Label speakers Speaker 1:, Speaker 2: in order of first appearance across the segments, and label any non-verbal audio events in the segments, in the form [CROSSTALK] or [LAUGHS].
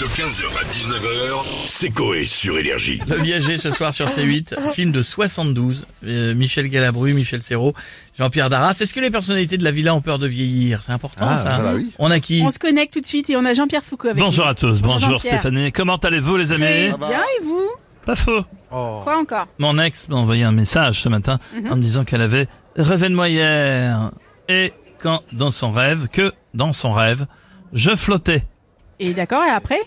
Speaker 1: De 15h à 19h, c'est Coé sur Énergie.
Speaker 2: Le Viager ce soir sur C8, film de 72, euh, Michel Galabru, Michel Serrault, Jean-Pierre Darras. Est-ce que les personnalités de la villa ont peur de vieillir C'est important
Speaker 3: Ah,
Speaker 2: ça.
Speaker 3: ça va, oui.
Speaker 2: On a qui
Speaker 4: On se connecte tout de suite et on a Jean-Pierre Foucault avec
Speaker 5: Bonjour à tous,
Speaker 4: Bonjour
Speaker 5: bonjour,
Speaker 4: Jean-Pierre.
Speaker 5: Stéphanie. Comment allez-vous les
Speaker 4: nous.
Speaker 5: amis
Speaker 4: Très bien et vous
Speaker 5: Pas faux.
Speaker 6: Oh.
Speaker 4: Quoi encore
Speaker 5: Mon ex m'a envoyé un message ce matin en me disant qu'elle avait rêvé de moi hier. Et quand dans son rêve, que dans son rêve, je flottais.
Speaker 4: Et d'accord et après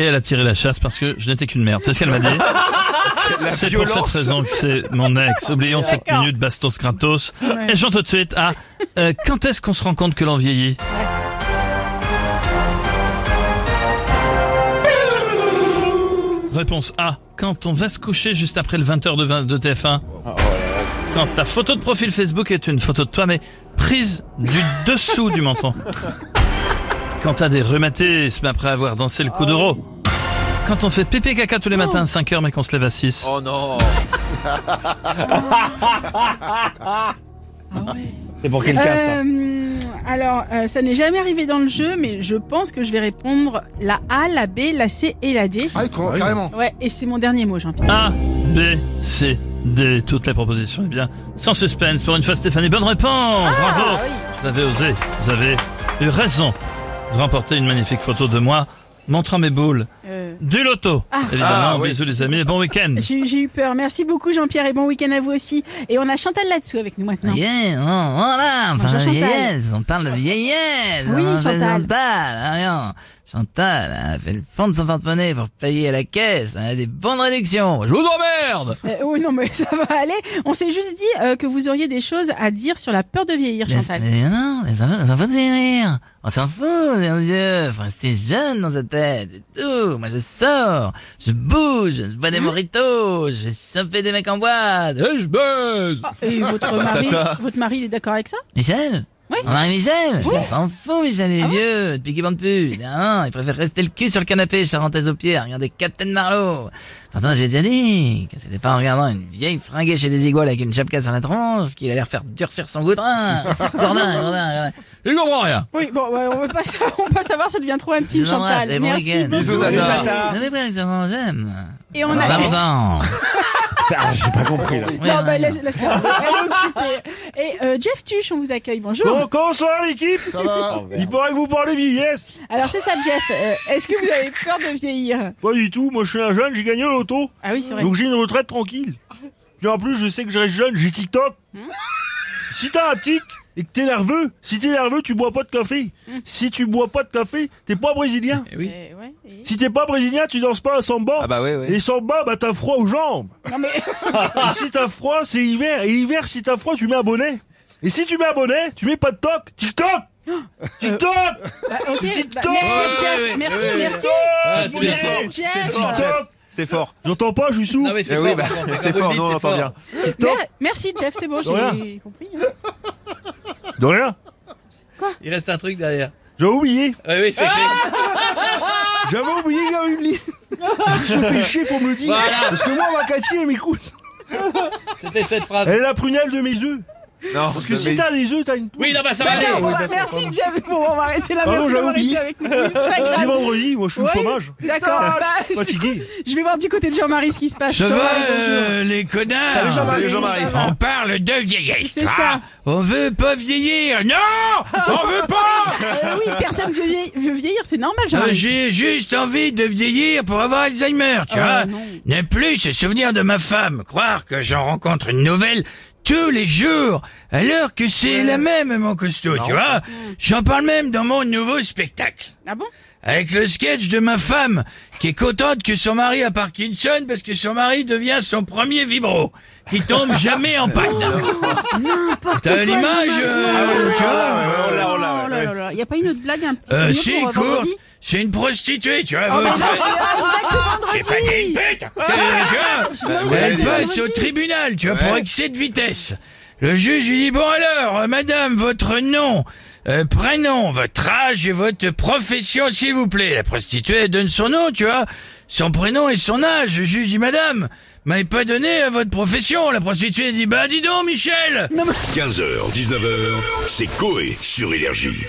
Speaker 5: Et elle a tiré la chasse parce que je n'étais qu'une merde. C'est ce qu'elle m'a dit. C'est pour cette raison que c'est mon ex. Oublions cette
Speaker 4: D'accord.
Speaker 5: minute bastos gratos.
Speaker 4: Ouais.
Speaker 5: Et j'en tout de suite à euh, quand est-ce qu'on se rend compte que l'on vieillit Réponse A. Quand on va se coucher juste après le 20h de, 20 de TF1. Quand ta photo de profil Facebook est une photo de toi, mais prise du dessous du menton. Quand t'as des rhumatismes après avoir dansé le coup d'euro. Quand on fait pipi caca tous les matins à 5h mais qu'on se lève à 6.
Speaker 3: Oh non
Speaker 6: C'est pour hein quel cas ça
Speaker 4: Ah Euh, Alors, euh, ça n'est jamais arrivé dans le jeu, mais je pense que je vais répondre la A, la B, la C et la D.
Speaker 3: Ah, con- carrément
Speaker 4: Ouais, et c'est mon dernier mot, Jean-Pierre.
Speaker 5: A, B, C, D. Toutes les propositions, eh bien, sans suspense. Pour une fois, Stéphanie, bonne réponse.
Speaker 4: Ah
Speaker 5: Bravo. Vous avez osé. Vous avez eu raison de remporter une magnifique photo de moi montrant mes boules.
Speaker 4: Euh,
Speaker 5: Du loto. Évidemment,
Speaker 3: Ah, oui.
Speaker 5: bisous les amis et bon week-end.
Speaker 4: J'ai j'ai eu peur. Merci beaucoup, Jean-Pierre, et bon week-end à vous aussi. Et on a Chantal là-dessous avec nous maintenant.
Speaker 2: hein,
Speaker 7: Yeah, oh, voilà, on
Speaker 4: Bonjour,
Speaker 7: parle de
Speaker 4: Chantal.
Speaker 7: vieillesse, on parle de vieillesse.
Speaker 4: Oui,
Speaker 2: Hein,
Speaker 7: on fait
Speaker 4: Chantal.
Speaker 7: Chantal, ah, rien. Chantal a fait le fond de son porte-monnaie pour payer à la caisse. Elle a des bonnes réductions. Je vous emmerde
Speaker 4: Euh, oui, non, mais [LAUGHS] ça va aller. On s'est juste dit euh, que vous auriez des choses à dire sur la peur de vieillir,
Speaker 7: mais,
Speaker 4: Chantal.
Speaker 7: mais non, mais on s'en fout- on s'en fout de vieillir. On s'en fout, mon Dieu. Faut rester jeune dans sa tête, c'est tout. Moi, je sors, je bouge, je bois des moritos, je vais choper des mecs en boîte, et Hein? Eh, je baise.
Speaker 4: Et votre mari, votre mari, il est d'accord avec ça
Speaker 7: Michel
Speaker 4: Oui.
Speaker 7: Mon mari Michel Il s'en fout, Michel, il est vieux, depuis qu'il bande plus. Non, il préfère rester le cul sur le canapé, charentaise aux pieds, à regarder Captain Marlowe. Pourtant, j'ai déjà dit que c'était pas en regardant une vieille fringuée chez des iguales avec une chapka sur la tronche qu'il allait refaire durcir son [LAUGHS] goudrin. Gourdin, gourdin, gourdin. Il comprend rien.
Speaker 4: Oui, bon, ouais, on veut pas, sa- on veut pas savoir, ça devient trop intime,
Speaker 7: Je vous embrasse,
Speaker 4: Chantal.
Speaker 7: et bon
Speaker 4: Merci
Speaker 7: week-end.
Speaker 4: beaucoup.
Speaker 3: Bisous, Tata.
Speaker 7: Non, mais bref, sûrement, j'aime.
Speaker 4: Et on a.
Speaker 7: Pardon.
Speaker 6: Ah, J'ai pas compris là.
Speaker 7: Bah, Oui,
Speaker 4: non,
Speaker 7: oui.
Speaker 4: bah, laisse, laisse- elle est occupée. Et euh, Jeff Tuch, on vous accueille. Bonjour.
Speaker 6: Bonsoir l'équipe
Speaker 3: Ça va
Speaker 6: Il paraît que vous parlez vieillesse
Speaker 4: Alors c'est ça, Jeff. Euh, Est-ce que vous avez peur de vieillir
Speaker 6: Pas du tout, moi je suis un jeune, j'ai gagné l'auto,
Speaker 4: Ah oui, c'est vrai.
Speaker 6: donc j'ai une retraite tranquille. Puis en plus, je sais que je reste jeune, j'ai TikTok. Si t'as un tic et que t'es nerveux, si t'es nerveux, tu bois pas de café. Si tu bois pas de café, t'es pas brésilien.
Speaker 2: oui.
Speaker 4: Euh, ouais, et-
Speaker 6: Si t'es pas brésilien, tu danses pas un samba.
Speaker 3: bah ouais,
Speaker 6: Et samba, bah t'as froid aux jambes.
Speaker 4: Non mais
Speaker 6: Et si t'as froid, c'est l'hiver. Et l'hiver, si t'as froid, tu mets un bonnet. Et si tu mets un bonnet, tu mets pas de toc. TikTok TikTok
Speaker 4: bah, ok.
Speaker 6: TikTok.
Speaker 4: Bah,
Speaker 6: Ouais, Ah,
Speaker 4: merci, Jeff.
Speaker 2: ouais,
Speaker 4: merci,
Speaker 3: ouais,
Speaker 4: merci. Ah,
Speaker 2: c'est
Speaker 6: TikTok.
Speaker 2: fort.
Speaker 4: Merci, Jeff.
Speaker 3: C'est fort.
Speaker 6: TikTok
Speaker 3: C'est fort
Speaker 6: J'entends pas, je suis sourd.
Speaker 2: Non, mais c'est
Speaker 3: Eh
Speaker 2: fort,
Speaker 3: oui, bah,
Speaker 2: par contre,
Speaker 3: c'est
Speaker 2: comme vous
Speaker 3: fort,
Speaker 2: le dites,
Speaker 3: non, on
Speaker 2: c'est
Speaker 3: entend
Speaker 2: fort.
Speaker 3: bien.
Speaker 4: Mer- Merci, Jeff. C'est bon, j'ai
Speaker 6: rien.
Speaker 4: compris.
Speaker 6: De rien.
Speaker 2: Il reste un truc derrière.
Speaker 6: J'avais oublié.
Speaker 2: Oui, oui, c'est fait.
Speaker 6: [LAUGHS] J'avais oublié qu'il y avait
Speaker 2: [LAUGHS]
Speaker 6: une ligne. Si je fais chier, faut me le dire.
Speaker 2: Voilà.
Speaker 6: Parce que moi, ma Cathy, elle m'écoute.
Speaker 2: C'était cette phrase.
Speaker 6: Elle est la prunelle de mes œufs.
Speaker 3: Non,
Speaker 6: Parce que si t'as des œufs, t'as une poule.
Speaker 2: Oui, non, bah ça va aller.
Speaker 4: Non, merci, Jeff. Bon, on va arrêter là.
Speaker 6: Pardon,
Speaker 4: Merci
Speaker 6: j'avais
Speaker 4: d'avoir été
Speaker 6: oublié.
Speaker 4: avec nous. C'est pas grave.
Speaker 6: C'est vendredi, moi je suis au
Speaker 4: Ouais.
Speaker 6: chômage.
Speaker 4: D'accord.
Speaker 6: Ah,
Speaker 4: Bah, je-
Speaker 6: Fatigué.
Speaker 4: je vais voir du côté de Jean-Marie ce qui se passe.
Speaker 2: Ça
Speaker 4: Jean-Marie,
Speaker 2: va,
Speaker 4: bonjour.
Speaker 2: euh, les connards
Speaker 3: Salut Jean-Marie. Salut Jean-Marie.
Speaker 2: On parle de vieillesse.
Speaker 4: C'est ça.
Speaker 2: Ah, On veut pas vieillir. Non On veut
Speaker 4: [LAUGHS]
Speaker 2: pas
Speaker 4: Euh, oui, personne veut vieillir, veut vieillir, c'est normal,
Speaker 2: Euh,
Speaker 4: Jean-Marie.
Speaker 2: J'ai juste envie de vieillir pour avoir Alzheimer, tu
Speaker 4: Oh,
Speaker 2: vois.
Speaker 4: non.
Speaker 2: Ne plus se souvenir de ma femme, croire que j'en rencontre une nouvelle tous les jours, alors que c'est la même, mon costaud, tu vois. J'en parle même dans mon nouveau spectacle.
Speaker 4: Ah bon
Speaker 2: Avec le sketch de ma femme, qui est contente que son mari a Parkinson parce que son mari devient son premier vibro, qui tombe jamais en panne. T'as l'image, euh, tu vois
Speaker 4: Ah, Oh là là là, il y a pas une autre blague un petit peu
Speaker 2: Euh,
Speaker 4: mieux
Speaker 2: si,
Speaker 4: pour
Speaker 2: court.
Speaker 4: vendredi
Speaker 2: C'est une prostituée, tu vois.
Speaker 6: Ah,
Speaker 4: Oh, mais
Speaker 2: euh,
Speaker 4: non, mais, euh,
Speaker 2: C'est
Speaker 4: une blague que
Speaker 2: pas qu'une
Speaker 4: vendredi.
Speaker 2: pute
Speaker 5: Ah,
Speaker 2: Tu vois,
Speaker 3: ouais,
Speaker 2: Elle
Speaker 3: dis donc.
Speaker 2: passe bah, au tribunal, tu vois, pour
Speaker 3: Ouais.
Speaker 2: excès de vitesse. Le juge lui dit, bon alors, euh, madame, votre nom, euh, prénom, votre âge et votre profession, s'il vous plaît. La prostituée, elle donne son nom, tu vois, son prénom et son âge. Le juge dit, madame, m'avez pas donné euh, votre profession. La prostituée dit, bah dis donc, Michel
Speaker 1: 15h, 19h, c'est Coé sur Énergie.